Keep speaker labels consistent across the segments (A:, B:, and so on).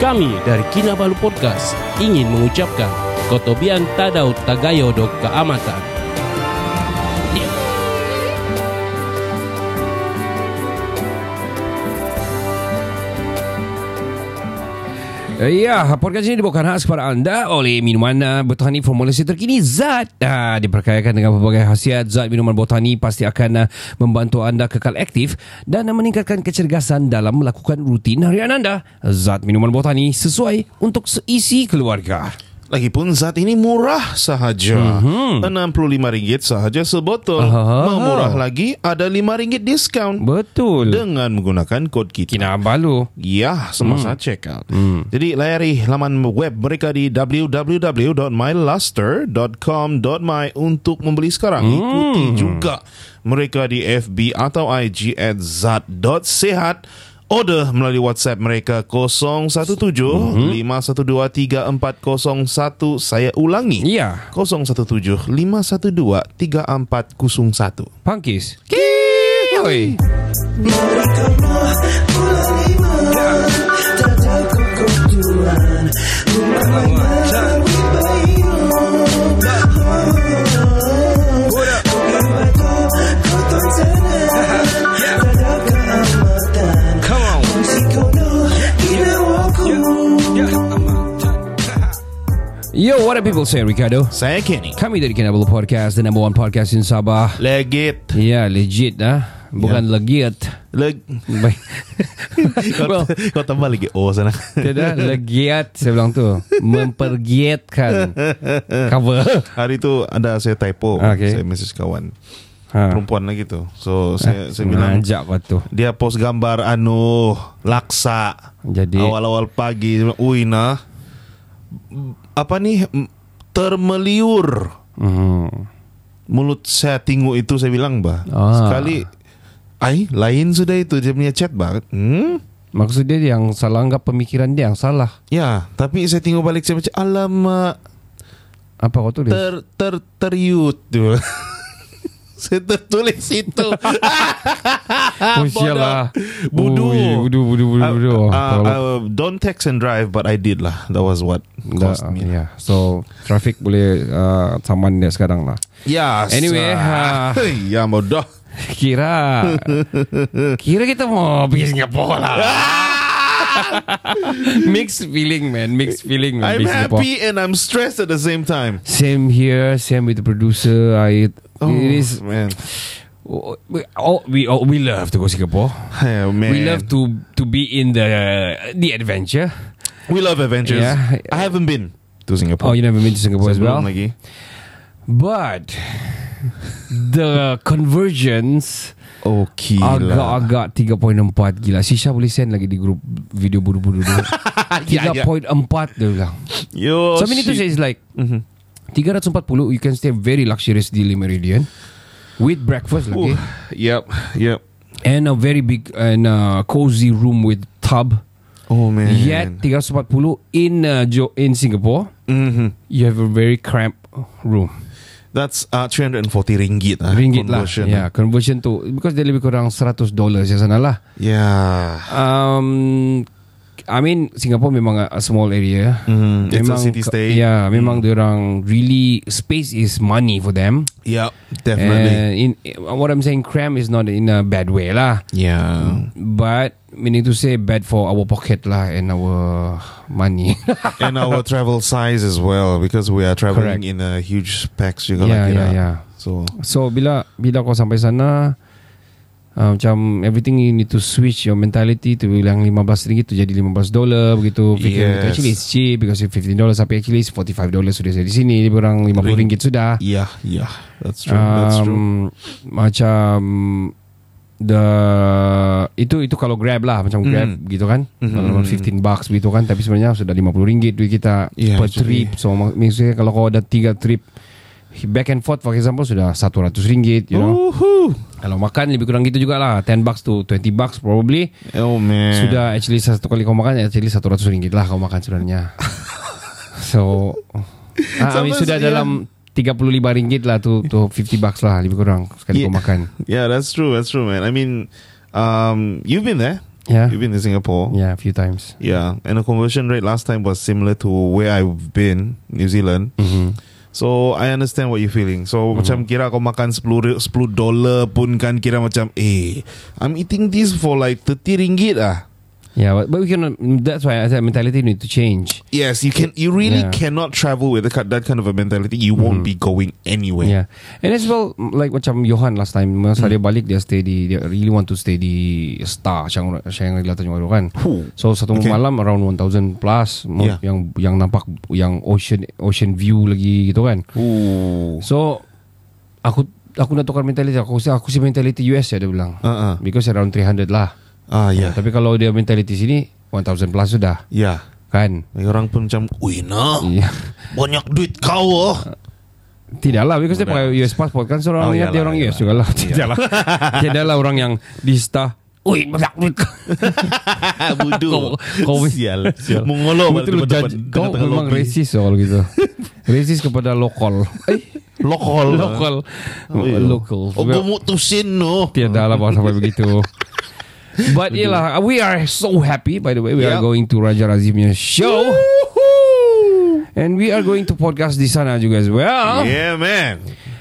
A: Kami dari Kinabalu Podcast ingin mengucapkan Kotobian Tadau Tagayo Dok Keamatan.
B: Ya, podcast ini dibawakan khas kepada anda oleh minuman uh, botani formulasi terkini Zat. Uh, diperkayakan dengan pelbagai khasiat, Zat minuman botani pasti akan uh, membantu anda kekal aktif dan uh, meningkatkan kecergasan dalam melakukan rutin harian anda. Zat minuman botani sesuai untuk seisi keluarga.
C: Lagipun saat ini murah sahaja. Mm-hmm. RM65 sahaja sebotol.
B: Mhm. Aha.
C: Mau murah lagi ada RM5 diskaun
B: Betul.
C: dengan menggunakan kod kita.
B: Kinabalu.
C: Ya, semasa check out. Jadi layari laman web mereka di www.myluster.com.my untuk membeli sekarang. Ikuti juga mereka di FB atau IG at zat.sehat. Order melalui WhatsApp mereka 017-512-3401. Saya ulangi.
B: Ya.
C: 017-512-3401.
B: Pangkis. Kiwi. Yo, what up people? Saya Ricardo.
C: Saya Kenny.
B: Kami dari Kinabalu Podcast, the number one podcast in Sabah.
C: Legit.
B: Ya, legit ah. Bukan legit.
C: Leg-
B: Baik.
C: kau,
B: well,
C: kau tambah lagi O sana.
B: tidak legiat saya bilang tu. Mempergiatkan. Cover.
C: Hari tu ada saya typo.
B: Okay.
C: Saya message kawan.
B: Ha.
C: Perempuan lagi tu. So
B: Ah,
C: saya saya bilang
B: Ajak kau tu.
C: dia post gambar anu laksa.
B: Jadi-
C: awal-awal pagi Dia bilang, ui nah. Apa ni M- termeliur
B: Hmm.
C: mulut saya tingu itu saya bilang bah.
B: Ah.
C: Sekali ai lain sudah itu dia punya chat bah. Hmm?
B: Maksud dia yang salah anggap pemikiran dia yang salah.
C: Ya, tapi saya tengok balik saya macam alamak
B: Apa kau tulis?
C: ter ter teriut tu. Saya tertulis itu.
B: oh, sialah.
C: Ah, Bodoh.
B: Ui, Bodoh, bodoh, bodoh,
C: Uh,
B: bodoh.
C: uh,
B: Terlalu-
C: uh, don't text and drive, but I did lah. That was what cost
B: Dah,
C: me.
B: yeah. So traffic boleh uh, saman dia sekarang lah.
C: Yes.
B: Anyway,
C: ah. ya mudah.
B: Kira Kira kita mau pergi Singapura lah
C: Ah!
B: Mixed feeling man Mixed feeling man
C: I'm
B: pergi Singapore.
C: happy and I'm stressed at the same time.
B: Same here Same with the producer I
C: Oh
B: It is
C: man,
B: oh, we, oh, we, oh, we love to go Singapore
C: oh, man.
B: We love to to be in the the adventure
C: we love adventures.
B: Yeah.
C: I haven't been to
B: Oh
C: Singapore.
B: you never been to Singapore as well
C: Sebelum lagi.
B: But The convergence
C: Okay
B: Oh,
C: lah.
B: Agak-agak 3.4 Gila Shisha boleh send lagi di grup Video buru-buru dulu 3.4
C: Ya, ya.
B: dia bilang
C: Yo,
B: So many to say
C: Oh, shit. Mm-hmm.
B: is like 340 You can stay very luxurious Di Le Meridian With breakfast lagi
C: Ooh, Yep, yep.
B: And a very big And a cozy room with tub
C: Oh man.
B: Yet 340 In uh, Jo- in Singapore
C: Mhm.
B: You have a very cramped room
C: That's uh, 340 ringgit ah.
B: Ringgit lah
C: conversion.
B: yeah, Conversion tu Because dia lebih kurang 100 dollars Ya sana lah
C: Yeah.
B: Um, I mean Singapore memang a, a small area.
C: Mm, it's a city state.
B: Yeah, memang mm. orang really space is money for them.
C: Yep, definitely.
B: And in what I'm saying, cram is not in a bad way lah.
C: yeah.
B: But meaning to say bad for our pocket lah and our money.
C: and our travel size as well because we are traveling
B: Correct.
C: in a huge packs juga
B: yeah,
C: lagi
B: yeah,
C: lah.
B: yeah.
C: So
B: So bila bila kau sampai sana Uh, macam everything you need to switch your mentality to bilang 15 ringgit tu jadi 15 dolar begitu fikir
C: Yes.
B: begitu. actually it's cheap because it's 15 dollars tapi actually it's 45 dollars sudah saya di sini dia orang 50
C: Ring-
B: ringgit sudah
C: yeah, yeah, that's true. that's
B: Um,
C: true.
B: macam the itu itu kalau grab lah macam grab
C: Mm.
B: gitu kan
C: Mhm.
B: kalau 15 bucks gitu kan tapi sebenarnya sudah 50 ringgit duit kita
C: Yeah,
B: per
C: actually.
B: trip so mak- maksudnya kalau kau ada 3 trip back and forth for example sudah 100 ringgit you
C: Oh.
B: know
C: Woohoo!
B: Kalau makan lebih kurang gitu jugalah 10 bucks to 20 bucks probably
C: Oh man.
B: Sudah actually satu kali kau makan Actually 100 ringgit lah kau makan sebenarnya So ah, I mean,
C: Sometimes,
B: Sudah
C: yeah.
B: dalam 35 ringgit lah to, to 50 bucks lah Lebih kurang sekali
C: Yeah.
B: kau makan
C: Yeah, that's true. That's true, man. I mean, um, you've been there.
B: Yeah.
C: You've been to Singapore.
B: Yeah, Ya? a few times.
C: Yeah, and the conversion rate last time was similar to where I've been, New Zealand.
B: Mm-hmm.
C: So I understand what you're feeling. So macam kira kau makan 10 10 dollar pun kan kira macam eh I'm eating this for like 30 ringgit ah.
B: Yeah, Ya, but, but we cannot. That's why I said mentality need to change.
C: Yes, you can you really
B: Yeah. Mm-hmm.
C: cannot travel with the, ki- that kind of a mentality. You won't be going anywhere.
B: Yeah, and as well like macam Johan last time masa
C: Hmm.
B: dia balik dia stay di dia really want to stay di Star Shang Shangri-La Tanjung Pagar kan.
C: Huh.
B: So satu okay.
C: Okay.
B: malam around 1000 plus mo-
C: Yeah.
B: yang yang nampak yang ocean ocean view lagi gitu kan.
C: Ooh.
B: So aku aku nak tukar mentality aku si aku si mentality US ya dia bilang.
C: Uh-uh.
B: Because around 300 lah.
C: Ah yeah.
B: Tapi kalau dia mentality sini 1000 plus sudah
C: Yeah.
B: kan.
C: Lagi orang pun macam Ui nak
B: Iya.
C: Banyak duit kau oh.
B: Uh-huh. Tidaklah Because dia pakai US passport kan So orang
C: Oh,
B: oh, ingat
C: iyalah,
B: dia orang
C: iyalah.
B: US juga lah Tidaklah Tidaklah orang yang Di star Ui banyak duit
C: Bodoh
B: Kau- kau-
C: Sial Mengolok pada
B: Betul lu
C: depan-depan,
B: judge Kau
C: tengah-tengah
B: memang
C: lobby.
B: resis so, kalau gitu Resis kepada lokal Eh
C: Lokal
B: Lokal Lokal
C: Oh gua mutusin no
B: Tiadalah bawa lah, sampai begitu But yelah We are so happy By the way We are
C: Yep.
B: going to Raja Razif punya show And we are going to podcast di sana juga as well
C: Yeah man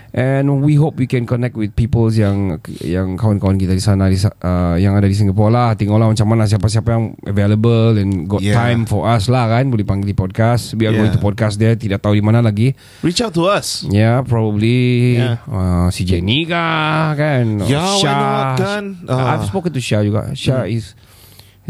B: And we hope we can connect with people yang yang kawan-kawan kita di sana di, sa- uh, yang ada di Singapura lah. Tengoklah macam mana siapa-siapa yang available and got
C: Yeah.
B: time for us lah kan. Boleh panggil di podcast. We are
C: Yeah.
B: going to podcast there. Tidak tahu di mana lagi.
C: Reach out to us
B: Ya, yeah, probably
C: Yeah.
B: uh, si Jenny kah kan.
C: Yeah, Ya. why not, kan? Ah. Hmm.
B: I've spoken to Syah juga. Syah is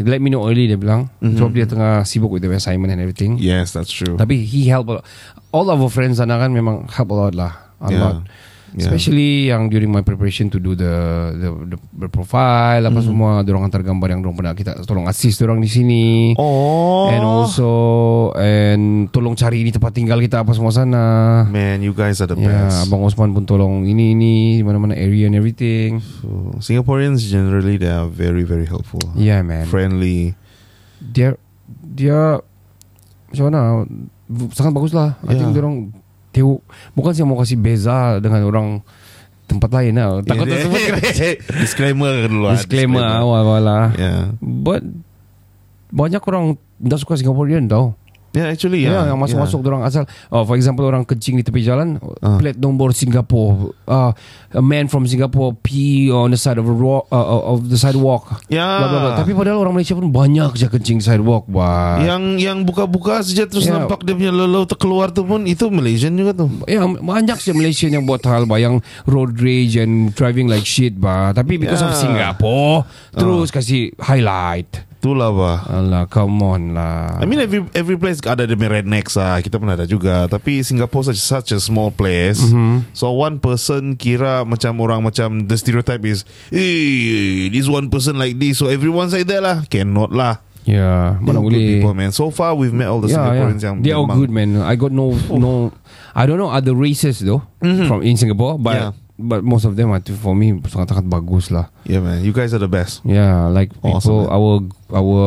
B: he let me know early dia bilang. Sebab dia tengah sibuk with the assignment and everything.
C: Yes that's true
B: Tapi he help a lot. All of our friends sana kan memang help a lot lah. A
C: Yeah.
B: lot.
C: Yeah.
B: Especially yang during my preparation to do the the, the, the profile
C: Hmm.
B: apa semua, dorong hantar gambar yang dorong pernah kita tolong assist dorong di sini.
C: Oh
B: And also and tolong cari ini tempat tinggal kita apa semua sana.
C: Man you guys are the
B: Ya,
C: best
B: Abang Osman pun tolong ini ini di mana-mana area and everything.
C: So, Singaporeans generally They are very very helpful
B: Yeah, man.
C: Friendly
B: dia dia macam mana v- sangat bagus lah I
C: Yeah.
B: think orang tengok bukan saya mau kasih beza dengan orang tempat lain lah takut yeah, tersebut kena
C: Disclaimer dulu ah,
B: disclaimer awal-awal lah
C: Yeah
B: but banyak orang tak suka Singaporean tau
C: Yeah actually
B: yeah,
C: yeah,
B: yang masuk-masuk orang asal oh, for example orang kencing di tepi jalan
C: Ah.
B: plate nombor Singapore uh, a man from Singapore pee on the side of a ro- uh, of the sidewalk blah,
C: yeah.
B: blah, blah. tapi padahal orang Malaysia pun banyak je kencing sidewalk bah.
C: Yang yang buka-buka saja terus
B: Ya.
C: nampak dia punya lelau terkeluar tu pun itu Malaysian juga tu.
B: Ya banyak sih Malaysian yang buat hal bah yang road rage and driving like shit bah. Tapi because of
C: Yeah.
B: Singapore
C: Ah.
B: terus kasih highlight.
C: Itulah bah.
B: Alah come on lah.
C: I mean every every place ada demi rednecks ah kita pun ada juga tapi Singapore such, such a small place
B: Mhm.
C: mm-hmm. so one person kira macam orang macam the stereotype is eh this one person like this so everyone's like that lah cannot lah
B: ya
C: They're
B: mana
C: good
B: boleh.
C: people man so far we've met all the
B: Ya, ya.
C: Singaporeans yang
B: They are
C: memang-
B: good man. I got no no. I don't know other races though from in Singapore, but
C: Mm-hmm. Yeah.
B: but most of them are to- for me sangat-sangat bagus lah.
C: yeah man you guys are the best
B: Yeah, like people,
C: Awesome, man.
B: our our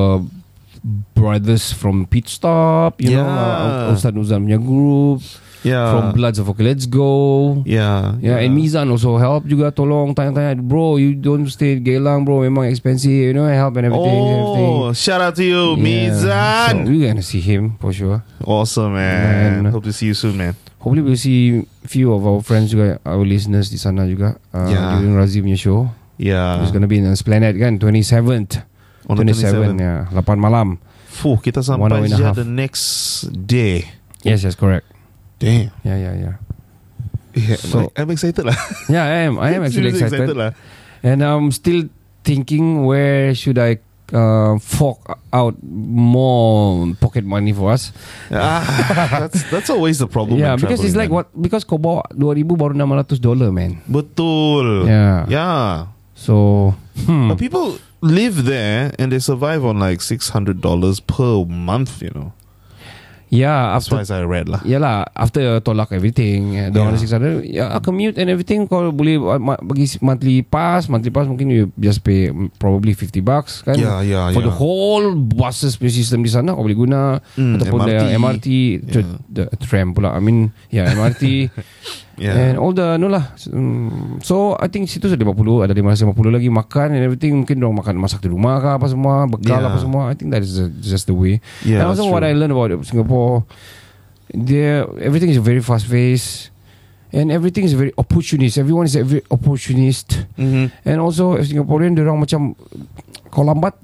B: brothers from pit stop, you know,
C: Yeah.
B: uh, Ustaz Nuzam punya group,
C: yeah
B: from Bloods of Okay, let's go.
C: yeah
B: Yeah, and Mizan also help juga tolong tanya-tanya bro you don't stay at Geylang bro memang expensive you know help and everything everything.
C: oh shout out to you Mizan
B: So, we're gonna see him for sure.
C: awesome man.
B: Man.
C: hope to see you soon man
B: Hopefully we'll see few of our friends juga our listeners di sana juga uh,
C: Yeah.
B: during Razi punya show.
C: yeah
B: It's gonna be in Esplanade kan 27th.
C: On the
B: 27, ya, 8 malam.
C: Fuh, kita
B: One hour and
C: sampai
B: a
C: je
B: half.
C: the next day
B: Yes, yes, correct.
C: damn
B: Yeah, yeah, yeah.
C: Yeah,
B: So-
C: I'm excited lah.
B: Yeah, I am. I am actually
C: Seriously
B: excited.
C: lah.
B: And I'm still thinking where should I uh, fork out more pocket money for us?
C: Ah, that's that's always the problem.
B: yeah,
C: when
B: because it's like
C: traveling,
B: what because kau bawa 2000 baru 600 dollar man.
C: man. Betul.
B: Yeah.
C: Yeah.
B: So hmm.
C: But people live there and they survive on like six hundred dollars per month. You know,
B: yeah,
C: as far
B: after
C: as I read lah.
B: Yeah lah After tolak everything eh, yeah.
C: Yeah.
B: Dorang ada 600 yeah, Commute and everything Kau boleh uh, ma- Bagi monthly pass Monthly pass mungkin You just pay mm, Probably 50 bucks kan
C: Yeah, yeah,
B: For the
C: yeah.
B: whole Buses punya system di sana Kau boleh guna
C: Mm,
B: Ataupun
C: MRT.
B: ya, MRT, MRT yeah. Tram pula I mean Yeah MRT Yeah.
C: Ya.
B: And all the no lah Hmm, So I think situ sudah 50 Ada 550 lagi Makan and everything Mungkin orang makan Masak di rumah ke apa semua Bekal yeah.
C: Yeah.
B: apa semua I think that is just- just the way
C: Yeah,
B: And also
C: Ya. that's
B: what
C: true.
B: I learned about Singapore There Everything is very fast paced And everything is very opportunist Everyone is very opportunist
C: Mm-hmm.
B: And also if Singaporean Diorang macam Kalau lambat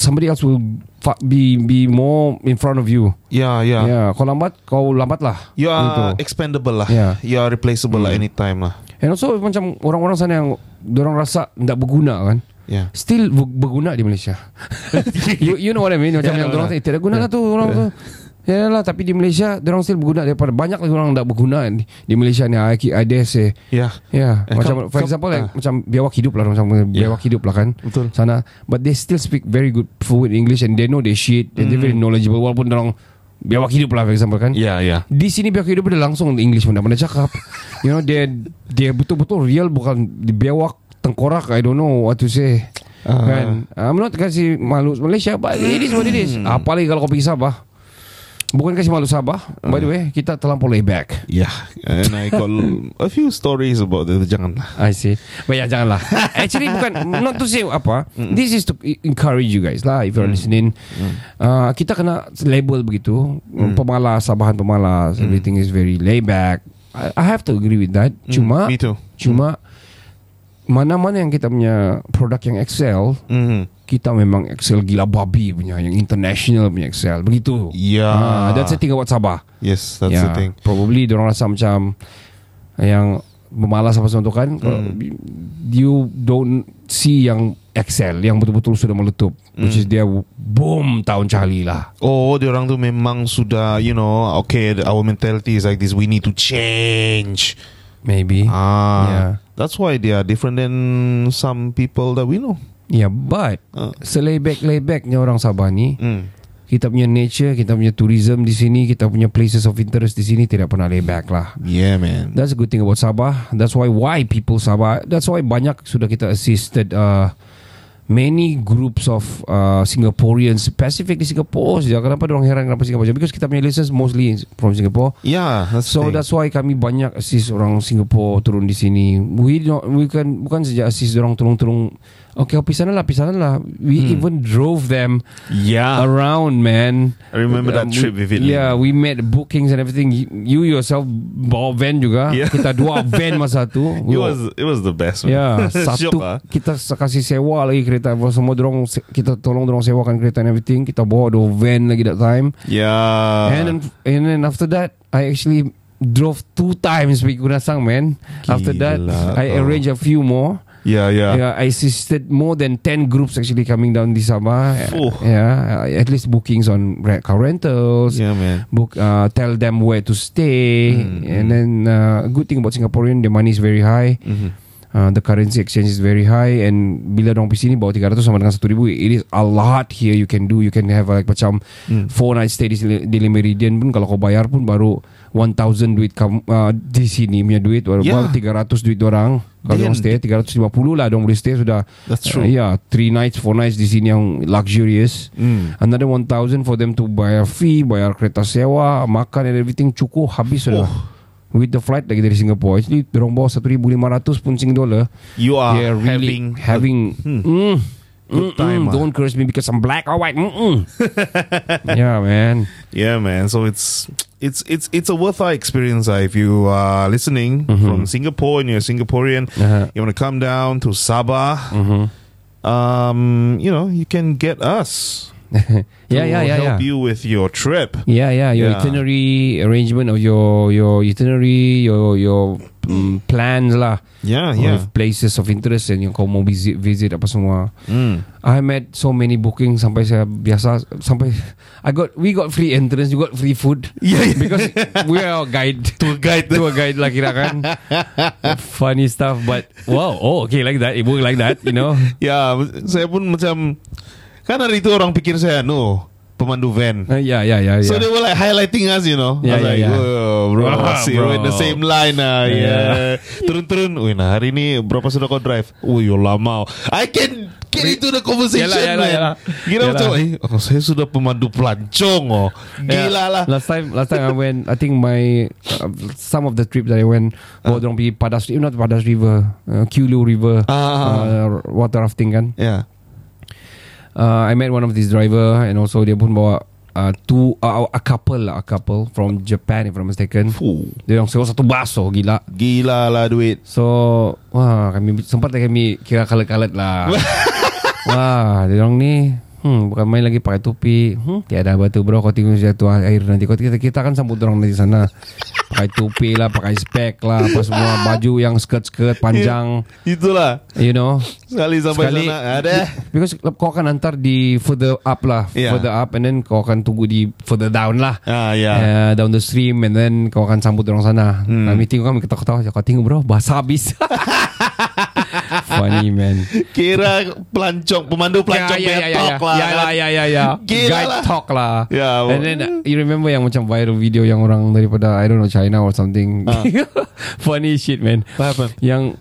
B: Somebody else will fa- Be be more In front of you
C: Yeah, yeah.
B: yeah. Kalau lambat Kau lambat lah
C: You are
B: Gitu.
C: expendable lah.
B: Yeah. Mm.
C: You are replaceable lah anytime lah.
B: And also macam Orang-orang sana yang Diorang rasa Tak berguna kan
C: Yeah.
B: Still ber- berguna di Malaysia you, you know what I mean Macam yang
C: Yeah, no,
B: orang
C: no.
B: tanya Tidak guna lah tu orang tu Ya lah Tapi di Malaysia Diorang still berguna daripada Banyak lagi orang tak berguna Di, di Malaysia ni I, I dare say
C: Yeah.
B: Ya yeah.
C: Eh,
B: Macam
C: kau-
B: for
C: kau-
B: example like,
C: ah.
B: Macam biawak hidup lah Macam biawak hidup lah kan
C: Betul.
B: Sana But they still speak Very good fluent English And they know their shit And they very knowledgeable Walaupun diorang Biawak hidup lah for example kan
C: Hmm. Yeah, yeah.
B: di sini biar hidup dia langsung English pun tak pernah cakap You know dia Dia betul-betul real Bukan di bewak Tengkorak I don't know what to say
C: Ah.
B: Kan I'm not kasih malu Malaysia But it is what it is
C: Hmm.
B: Apa lagi kalau kau pergi Sabah Bukan kasih malu Sabah By
C: Ah.
B: the way Kita terlampau lay back
C: Yeah. And I got a few stories about the jangan lah.
B: I see But ya janganlah Actually bukan Not to say apa This is to e-, encourage you guys lah If you're
C: Mm.
B: listening Uh, Kita kena label begitu
C: Mm.
B: Pemalas Sabahan pemalas Everything is very laid back I, I have to agree with that Mm. Cuma
C: Mm, Me too.
B: Cuma mana-mana yang kita punya produk yang excel,
C: Mm-hmm.
B: kita memang excel gila babi punya yang international punya excel. Begitu.
C: Yeah.
B: Ah, that's the thing about Sabah.
C: Yes, that's the thing.
B: Ya, Probably diorang rasa macam yang memalas apa semua tu kan. Mm.
C: Hmm.
B: You don't see yang excel yang betul-betul sudah meletup. Mm.
C: Hmm.
B: Which is dia boom tahun cahali lah.
C: Oh, orang tu memang sudah, you know, okay, our mentality is like this. We need to change.
B: Maybe.
C: Ah,
B: Yeah.
C: that's why they are different than some people that we know.
B: Yeah, Ya, but
C: Ah.
B: selebek-lebeknya orang Sabah ni,
C: Mm.
B: kita punya nature, kita punya tourism di sini, kita punya places of interest di sini tidak pernah lay back lah.
C: Yeah, man.
B: That's a good thing about Sabah. That's why why people Sabah. That's why banyak sudah kita assisted uh, many groups of uh, Singaporeans, specifically Singapore. saja. Kenapa orang heran kenapa Singapore? saja? Because kita punya listeners mostly from Singapore.
C: Yeah, that's
B: So
C: the thing.
B: that's why kami banyak assist orang Singapore turun di sini. We not, we can bukan saja assist orang turun-turun. Okay, pergi sana lah, pergi sana lah. We even drove them
A: Ah.
B: Ya.
C: yeah.
B: around, man.
C: I remember that
B: Um,
C: trip
B: we-
C: vividly.
B: Yeah, we made bookings and everything. You yourself bawa van juga.
C: Yeah.
B: Kita dua van masa tu.
C: It was it was the best.
B: Ya,
C: man.
B: yeah,
C: Syok
B: satu
C: ah.
B: kita se- kasih sewa lagi kereta apa semua dorong se- kita tolong dorong sewakan kereta and everything. Kita bawa dua van lagi that time.
C: Yeah.
B: and then, and then after that I actually drove two times pergi Gunasang man. After that
C: Gila ah.
B: I
C: kau.
B: arranged a few more.
C: yeah, yeah.
B: Yeah, I assisted more than 10 groups actually coming down this Sabah.
C: Fuh.
B: Yeah, at least bookings on rent, car rentals.
C: Yeah, man.
B: Book, uh, tell them where to stay,
C: Mm,
B: and then uh, good thing about Singaporean, the money is very high,
C: Mhm.
B: uh, the currency exchange is very high, and bila dong pergi sini bawa 300 sama dengan 1000 it is a lot here you can do, you can have like macam
C: Mm.
B: four night stay di, sini- di Le Meridian pun kalau kau bayar pun baru 1000 duit kamu uh, di sini punya duit baru,
C: Yeah.
B: baru 300 duit orang kalau
C: Then-
B: dong stay 350 lah dong boleh stay sudah
C: That's
B: uh,
C: true.
B: yeah three nights four nights di sini yang luxurious
C: Mm.
B: Another 1000 for them to bayar fee, bayar kereta sewa, makan and everything cukup habis sudah.
C: Oh.
B: With the flight lagi dari Singapore. Actually, dorong bawa 1500 pun Sing dollar.
C: You are
B: They are really
C: Ah, having
B: having
C: hmm.
B: mm,
C: Good
B: mm,
C: time,
B: mm,
C: ah.
B: Don't curse me because I'm black or white. Mm, mm. yeah, man.
C: Yeah, man. So it's it's it's it's a worthwhile experience ah, if you are listening
B: Mm-hmm.
C: from Singapore and you're Singaporean.
B: Uh-huh. mm-hmm.
C: You want to come down to Sabah.
B: Mm.
C: Um, you know, you can get us.
B: yeah,
C: to
B: yeah, yeah,
C: Help
B: yeah.
C: you with your trip.
B: Yeah, yeah. Your
C: Yeah.
B: itinerary arrangement of your your itinerary, your your mm, plans lah.
C: Yeah,
B: Yeah.
C: Ah, yeah.
B: Of places of interest and yang kau mau visit visit apa semua.
C: Mm.
B: I made so many bookings sampai saya biasa sampai I got we got free entrance, you got free food
C: Yeah, yeah.
B: because we are our guide tour guide tour guide lah kira kan. Funny stuff, but wow, oh okay like that, it worked like that, you know.
C: Ya, saya pun macam kan hari itu orang pikir saya no pemandu van.
B: Uh, yeah, yeah, yeah, yeah.
C: So they were like highlighting us, you know.
B: Yeah,
C: I was
B: yeah,
C: like,
B: yeah.
C: "Whoa, bro,
B: Wah,
C: asyik,
B: bro."
C: we're in the same line lah.
B: Yeah.
C: Yeah. Turun-turun. Wih, nah hari ni berapa sudah kau drive? Oh, yo lama. I can get into the conversation,
B: Yalah, yalah,
C: man.
B: yalah. Yalah.
C: Kira
B: Ya.
C: macam, eh, oh, saya sudah pemandu pelancong, oh.
B: Yeah.
C: Gila lah.
B: Last time Last time I went I think my uh, Some of the trip that I went Bawa dorang pergi Padas eh, Not Padas River uh, Kulu River
C: Ah, ah, ah.
B: uh, Water rafting kan
C: Yeah.
B: uh, I met one of these driver And also dia pun bawa uh, Two uh, A couple lah A couple From Japan If I'm not mistaken
C: Fuh.
B: Dia orang sewa satu bus oh, Gila
C: Gila lah duit.
B: So Wah kami Sempat lah kami Kira kalat-kalat lah Wah Dia orang ni Hmm, bukan main lagi pakai tupi hmm, Tiada batu bro Kau tinggal jatuh air nanti Kau kita, kita akan sambut orang dari sana Pakai tupi lah Pakai spek lah Apa semua Baju yang skirt-skirt Panjang
C: Itulah.
B: You know
C: Sekali sampai
B: Sekali- Ya.
C: sana. ah, Ada.
B: Because kau akan hantar di Further up lah
C: Yeah.
B: Further up And then kau akan tunggu di Further down lah
C: Ah, yeah.
B: uh, down the stream and then kau akan sambut orang sana. Hmm. Kami tengok kami ketawa-ketawa. Kau tengok bro, bahasa habis. Funny man.
C: Kira pelancong, pemandu pelancong
B: ya,
C: yeah, yeah, yeah, lah.
B: ya,
C: kan?
B: lah, ya, ya, ya.
C: Gila
B: Guide
C: lah.
B: talk lah.
C: Ya,
B: And then uh, you remember yang macam viral video yang orang daripada I don't know China or something.
C: Ah.
B: Funny shit man.
C: What happened?
B: Yang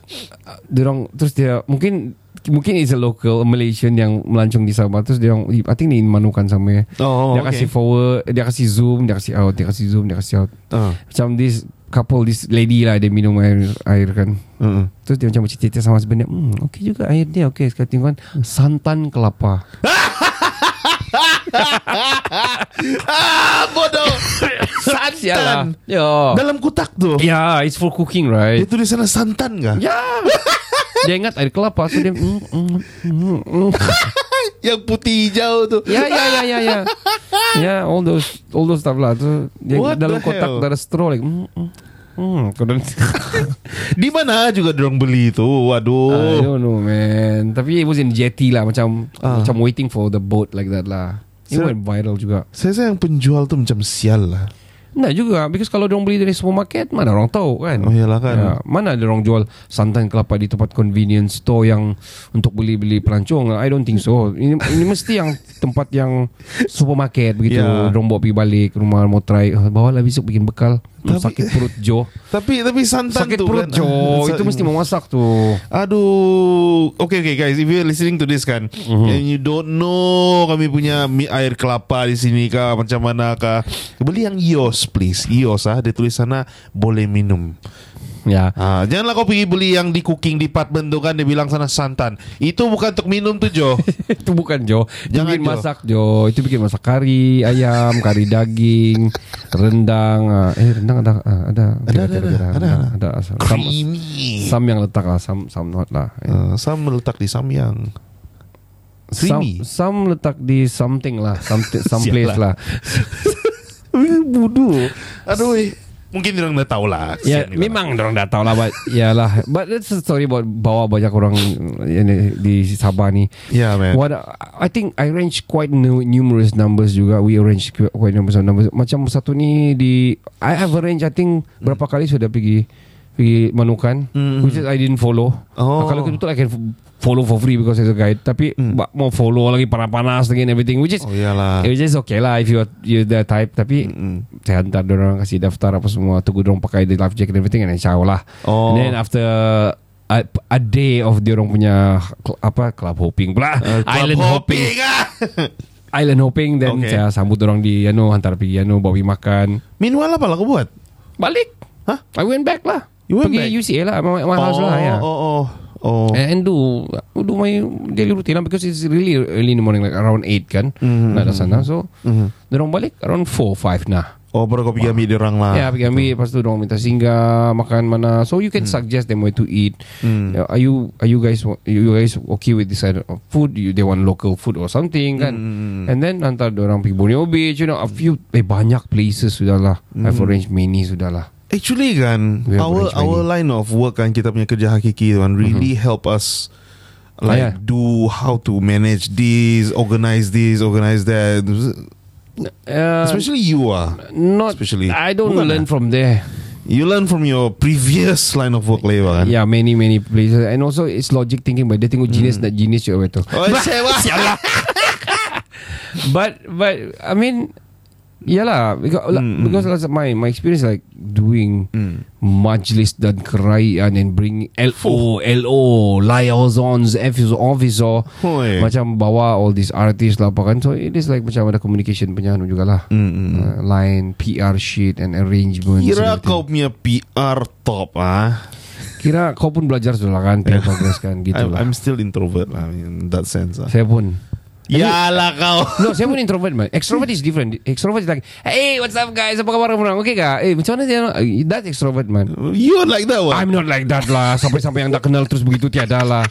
B: uh, Diorang Terus dia Mungkin Mungkin it's a local a Malaysian yang melancong di Sabah Terus dia orang I think ni in Manukan somewhere
C: Oh,
B: Dia
C: okay.
B: kasih forward Dia kasih zoom Dia kasih out Dia kasih zoom Dia kasih out
C: Ah.
B: Macam this couple This lady lah Dia minum air Air kan
C: Mm-mm.
B: Terus dia macam cerita sama husband dia Hmm okay juga air dia Okay sekarang tengok kan Santan kelapa
C: Ah, bodoh. santan.
B: Ya
C: Dalam kotak tu.
B: Ya it's for cooking right
C: Dia tulis sana santan kah?
B: Ya Dia ingat air kelapa So dia mm, mm, mm, mm.
C: Yang putih hijau tu.
B: Ya ya ya ya ya Ya all those All those stuff lah tu, dia
C: What
B: Dalam
C: the
B: kotak
C: hell?
B: Ada straw like mm, mm, mm. Kau dah-
C: Di mana juga dorong beli tu?
B: I
C: Waduh.
B: don't Ah, know man Tapi it was in jetty lah Macam Macam waiting for the boat Like that lah It
C: Ah. So-
B: went viral juga
C: Saya rasa yang penjual tu macam sial lah.
B: Nah juga Because kalau diorang beli dari supermarket Mana orang tahu kan
C: Oh, iyalah kan.
B: ya, Mana diorang jual Santan kelapa di tempat convenience store Yang untuk beli-beli pelancong I don't think so Ini, ini mesti yang Tempat yang Supermarket begitu
C: Ya.
B: yeah. Diorang bawa pergi balik ke rumah Mau try "Ah, Bawa lah besok bikin bekal Hmm,
C: Tapi-
B: Sakit perut Jo
C: Tapi tapi santan
B: Sakit
C: tu
B: perut
C: kan.
B: Jo
C: Ah,
B: Itu
C: sa-
B: mesti memasak tu
C: Aduh Okay okay guys If you're listening to this kan And you don't know Kami punya mi air kelapa di sini kah Macam mana kah Beli yang Eos please Eos ah Dia tulis sana Boleh minum
B: Ya
C: ah, Janganlah kau pergi beli yang di cooking department tu kan Dia bilang sana santan Itu bukan untuk minum tu Jo
B: Itu bukan Jo Itu
C: Jangan,
B: bikin
C: Jo.
B: masak Jo Itu bikin masak kari Ayam Kari daging Rendang ah. Eh rendang ada ah, Ada
C: Ada, ada, ada,
B: ada,
C: ada.
B: ada, ada. Sam,
C: Creamy
B: sam yang letak lah Sam, sam not lah
C: Ah, Sam letak di samyang creamy.
B: Sam, sam letak di something lah something, Some
C: Sial
B: place lah Eh,
C: Budu Aduh eh. Mungkin dia orang dah tahu lah
B: Ya
C: Kesian dia orang.
B: memang orang dah tahu lah But Yalah But that's a story about Bawa banyak orang ini, Di Sabah ni
C: Ya yeah, man
B: What I think I arrange quite nu- numerous numbers juga. We arrange qu- quite numerous numbers. Macam satu ni di I have arrange I think berapa kali sudah pergi pergi manukan
C: Mm.
B: which is I didn't follow.
C: Oh. Mm.
B: Kalau betul I can f- follow for free because as a guide. Tapi ba- mau follow lagi panas-panas lagi and everything which is
C: Oh iyalah
B: Which is okay lah if you are, you the type tapi saya hantar orang kasih daftar apa semua tunggu orang pakai the life jacket and everything and insyaallah.
C: Oh.
B: And then after a, a day of orang punya cl- apa club hopping pula
C: Uh, club
B: island hopping.
C: hopping ah.
B: island hopping then
C: Okay.
B: saya sambut orang di ano hantar pergi ano bawa pergi makan
C: Meanwhile apa lah kau buat?
B: balik
C: Hah?
B: I went back lah
C: You went
B: pergi
C: back?
B: UCA lah my, my house lah ya Eh.
C: Oh, oh, oh.
B: And do do my daily routine lah because it's really early in the morning like around 8 kan. Mm-hmm. Nak dah sana so mm-hmm. dorong balik around 4 5 nah.
C: Oh, baru kau pergi ambil dia orang lah.
B: Ya pergi ambil Lepas tu diorang minta singgah Makan mana So you can suggest them where to eat Yeah, Are you Are you guys wa- You guys okay with this kind of food you, They want local food or something kan And then hantar diorang pergi Borneo Beach You know a few eh, Banyak places sudah lah I've arranged many sudah lah
C: Actually kan,
B: We have
C: our
B: arranged
C: our line of work kan kita punya kerja hakiki kan
B: Mhm.
C: really help us like
B: Ah, yeah.
C: do how to manage this, organize this, organize that.
B: uh,
C: Especially you ah.
B: Not
C: especially-
B: I don't
C: Bukan
B: learn from there
C: You learn from your previous line of work lah kan.
B: Yeah many many places And also it's logic thinking But dia tengok genius Nak genius juga betul
C: Oh, sewa.
B: Sialah But but I mean, yeah lah. Because, mm, because last my my experience like doing
C: Mm.
B: majlis dan kerajaan and bring LO LO liaisons officer officer
C: Hoi.
B: macam bawa all these artists lah apa kan. So it is like macam ada communication punya anu jugalah.
C: Mm, mm, mm.
B: Uh, line PR sheet and arrangements. and
C: Kira
B: everything.
C: kau punya PR top ah.
B: kira kau pun belajar sudah lah kan PR progress kan gitu
C: I'm,
B: lah.
C: I'm still introvert lah in that sense ah.
B: Saya pun Ya lah
C: Yalah kau.
B: No, saya pun introvert man. Extrovert is different. Extrovert is like, hey, what's up guys? Apa khabar orang? Okay kah? Eh, macam mana dia? That extrovert man.
C: You are like that one.
B: I'm not like that lah. Sampai-sampai yang tak kenal terus begitu tiada lah.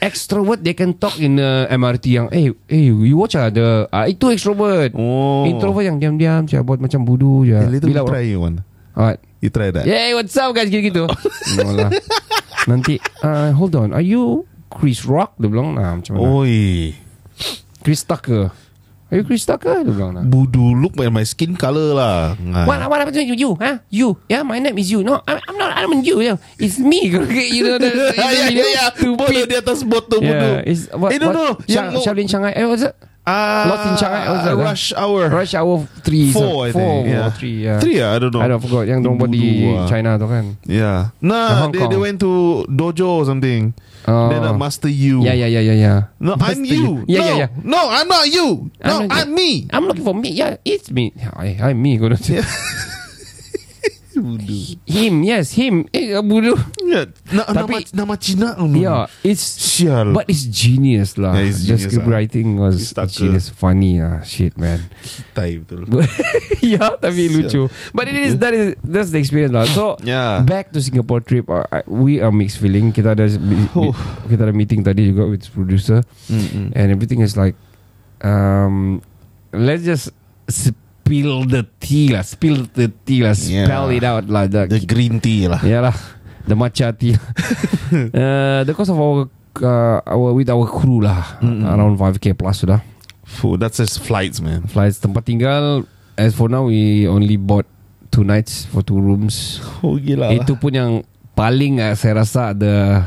B: Extrovert they can talk in uh, MRT yang eh eh you watch ah the ah itu extrovert.
C: oh.
B: Introvert yang diam-diam je buat macam bodoh je.
C: A little Bila
B: orang-
C: try you one.
B: Alright.
C: You try that.
B: Yeah, what's up guys gitu-gitu. no lah. Nanti uh, hold on. Are you Chris Rock? Dia bilang nah, macam
C: Oh.
B: mana?
C: Oi.
B: Chris Tucker. Are you Chris Tucker? Dia bilang nah.
C: Budu look at my skin color lah. Ah.
D: What, what happened to you? You, huh? You. Yeah, my name is you. No, I'm, I'm not. I'm you. Yeah, it's me. you know that.
C: Ah, ya, ya, ya. Bodoh
B: Stupid.
C: di atas botol budu.
B: Yeah, Ya, is what?
C: Eh, no,
B: what-
C: no.
B: Sha-
C: Yang-
B: Shaolin Shanghai. Eh, what's it?
C: Ah,
B: Lot in Shanghai also, kan?
C: Rush hour.
B: Rush Hour 3 four,
C: Four, I think. Yeah.
B: or three, yeah.
C: Three ah, I don't know.
B: I don't forgot Yang dorang buat di
C: Bodoh ah.
B: China tu kan
C: Yeah.
B: The
C: Nah,
B: Hong
C: they,
B: Kong.
C: they went to dojo or something.
B: Oh.
C: Then uh, master you.
B: Ya ya ya ya ya
C: No, I'm you.
B: Yeah,
C: no,
B: yeah, yeah.
C: no, I'm not you. No,
B: I'm not
C: I'm, me.
B: I'm looking for me Yeah it's me I, I'm me kau yeah. Him yes him Eh bodoh
C: Yeah. Na-
B: Tapi-
C: nama, nama Cina. Oh, no.
B: Yeah it's
C: Sial.
B: But it's genius lah
C: Yeah, it's
B: The
C: genius ah.
B: script
C: lah.
B: writing
C: It's
B: was
C: tak ke.
B: Genius funny lah Shit man
C: Tai betul.
B: yeah, Ya, tapi lucu. But it is that is that's the experience lah. So
C: Yeah.
B: back to Singapore trip, uh, I- we are mixed feeling. Kita ada mi- mi- kita ada meeting tadi juga with producer
C: Mm-mm.
B: and everything is like um let's just spill the tea lah, spill the tea lah, spell
C: Yeah.
B: it out lah.
C: The
B: The,
C: green tea lah.
B: yeah lah, the matcha tea. uh, the cost of our uh, our with our crew lah around 5k plus sudah
C: Fuh, that's just flights, man.
B: flights tempat tinggal as for now we only bought two nights for two rooms
C: Oh, gila
B: itu pun yang paling uh, saya rasa the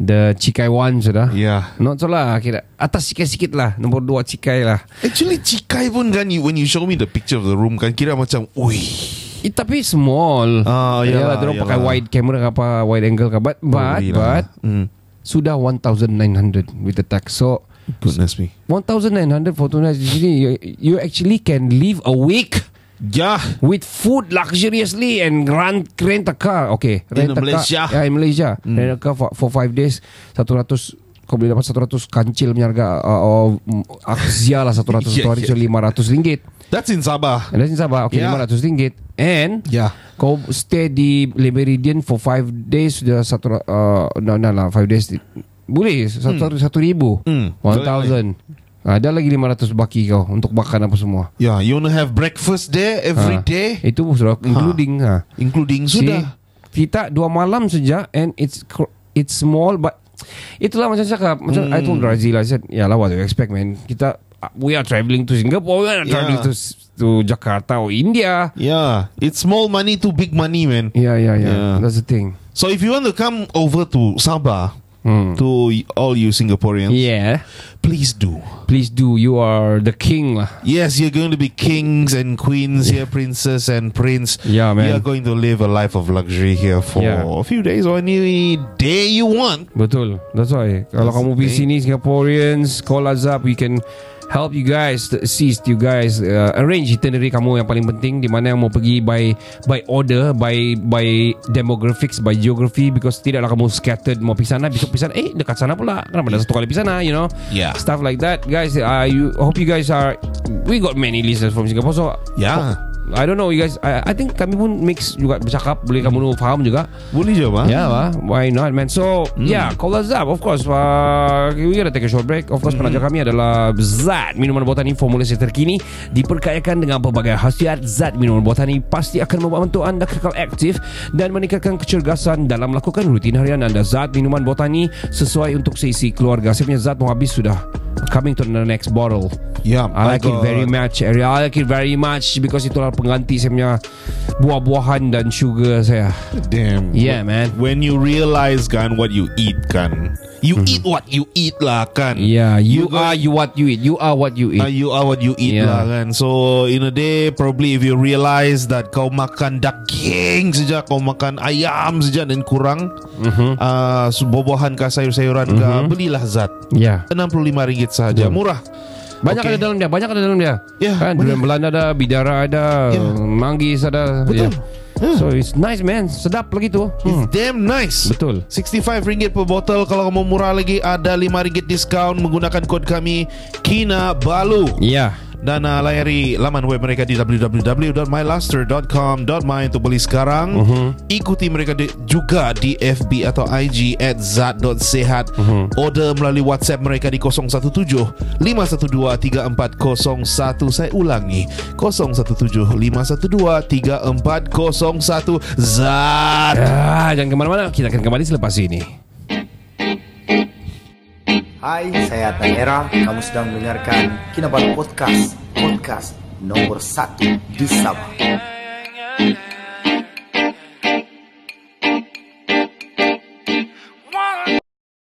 B: the cikai one sudah
C: Yeah.
B: not so lah kira atas cikai sikit lah nombor dua cikai lah
C: Actually, Cikai pun kan, you, when you show me the picture of the room kan, kira macam, ui.
B: It, tapi small
C: Ah,
B: Yalah,
C: yalah,
B: dorang pakai
C: yalah.
B: wide camera ke apa wide angle ke but but,
C: Ui
B: but
C: lah. Mm.
B: sudah 1900 with the tax so
C: Goodness me.
B: 1900 for two nights di sini you, you actually can live a week
C: Yeah.
B: with food luxuriously and rent rent a car. Okay, rent a
C: In Malaysia. Hmm.
B: Car, yeah, in Malaysia. Mm. Rent a car for, for five days. 100 kau boleh dapat 100 kancil punya harga uh, oh, mm, Aksia lah 100 satu
C: Yeah,
B: hari
C: yeah.
B: So 500 ringgit
C: That's in Sabah.
B: And that's in Sabah Okay
C: Yeah.
B: 500 ringgit And
C: Yeah.
B: Kau stay di Le Meridian For 5 days Sudah satu uh, No, no lah 5 days Boleh Satu, satu, satu ribu
C: Hmm.
B: 1000 Ada lagi 500 baki kau Untuk makan apa semua
C: Yeah, you wanna have breakfast there every
B: Ah,
C: day,
B: Itu sudah including ha.
C: including
B: See,
C: sudah.
B: Kita dua malam saja and it's cr- it's small but itulah macam saya cakap macam I told
C: Hmm.
B: Razi lah I said ya lah what do you expect man kita uh, we are travelling to Singapore we are not
C: Yeah.
B: travelling to s- to Jakarta or India
C: Yeah, it's small money to big money, man.
B: yeah yeah yeah,
C: Yeah.
B: that's the thing
C: So if you want to come over to Sabah,
B: Hmm.
C: to y- all you Singaporeans,
B: yeah
C: please do.
B: please do you are the king lah
C: Yes, you're going to be kings and queens here, princess and prince.
B: Yeah, man.
C: You're going to live a life of luxury here for
B: Yeah.
C: a few days or any day you want.
B: Betul That's why Kalau
C: That's
B: kamu
C: the
B: busy ni Singaporeans Call us up We can help you guys Assist you guys uh, Arrange itinerary kamu Yang paling penting Di mana yang mau pergi By by order By by demographics By geography Because tidaklah kamu scattered Mau pergi sana Besok pergi sana Eh dekat sana pula Kenapa dah satu kali pergi sana You know
C: Yeah.
B: Stuff like that Guys uh, you, I hope you guys are We got many listeners from Singapore So
C: Yeah.
B: I don't know you guys I, I think kami pun mix juga Bercakap Boleh kamu
C: Mm-hmm.
B: faham juga
C: Boleh ah? je, ma?
B: yeah, wah. why not, man? So, yeah, call us up. Of course, uh, we gonna take a short break. Of course, penaja kami adalah Zat Minuman Botani formulasi terkini diperkayakan dengan pelbagai khasiat. Zat Minuman Botani pasti akan membantu anda kekal aktif dan meningkatkan kecergasan dalam melakukan rutin harian anda. Zat Minuman Botani sesuai untuk seisi keluarga. Saya punya Zat mau habis sudah. Coming to the next bottle.
C: Yeah,
B: I
C: I
B: like it
C: got-
B: very much. I like it very much because itulah pengganti saya punya buah-buahan dan sugar saya.
C: Damn.
B: Yeah, man.
C: When you realize kan what you eat kan, you eat what you eat lah kan.
B: Mm-hmm. Yeah, Ya, you,
C: You
B: are you what you eat. You are what you
C: Uh,
B: eat.
C: you are what you eat
B: Yeah.
C: lah kan So in a day Probably if you realise That kau makan daging saja Kau makan ayam saja Dan kurang mm-hmm. uh, Buah-buahan kah sayur-sayuran mm-hmm. kah Belilah zat
B: yeah.
C: RM65 sahaja Murah
B: Ya. Mm. Banyak
C: Okay.
B: okay. ada dalam dia, banyak ada dalam dia.
C: Yeah,
B: kan,
C: boleh.
B: durian Belanda ada, bidara ada,
C: Yeah.
B: manggis ada. Ya.
C: Betul. Yeah.
B: So it's nice man, sedap lagi tu. Hmm.
C: It's damn nice
B: Betul.
C: RM65 per botol Kalau mau murah lagi Ada RM5 diskaun Menggunakan kod kami Kinabalu
B: Yeah.
C: Dan uh, layari laman web mereka di www.myluster.com.my Untuk beli sekarang Ikuti mereka di, juga di FB atau IG At zat.sehat Order melalui WhatsApp mereka di 017 512 3401 Saya ulangi 017 512 3401 Zat
B: Ah, jangan ke mana-mana, kita akan kembali selepas ini.
E: Hai, saya Tanera. Kamu sedang mendengarkan Kinabalu Podcast. Podcast nomor satu di Sabah.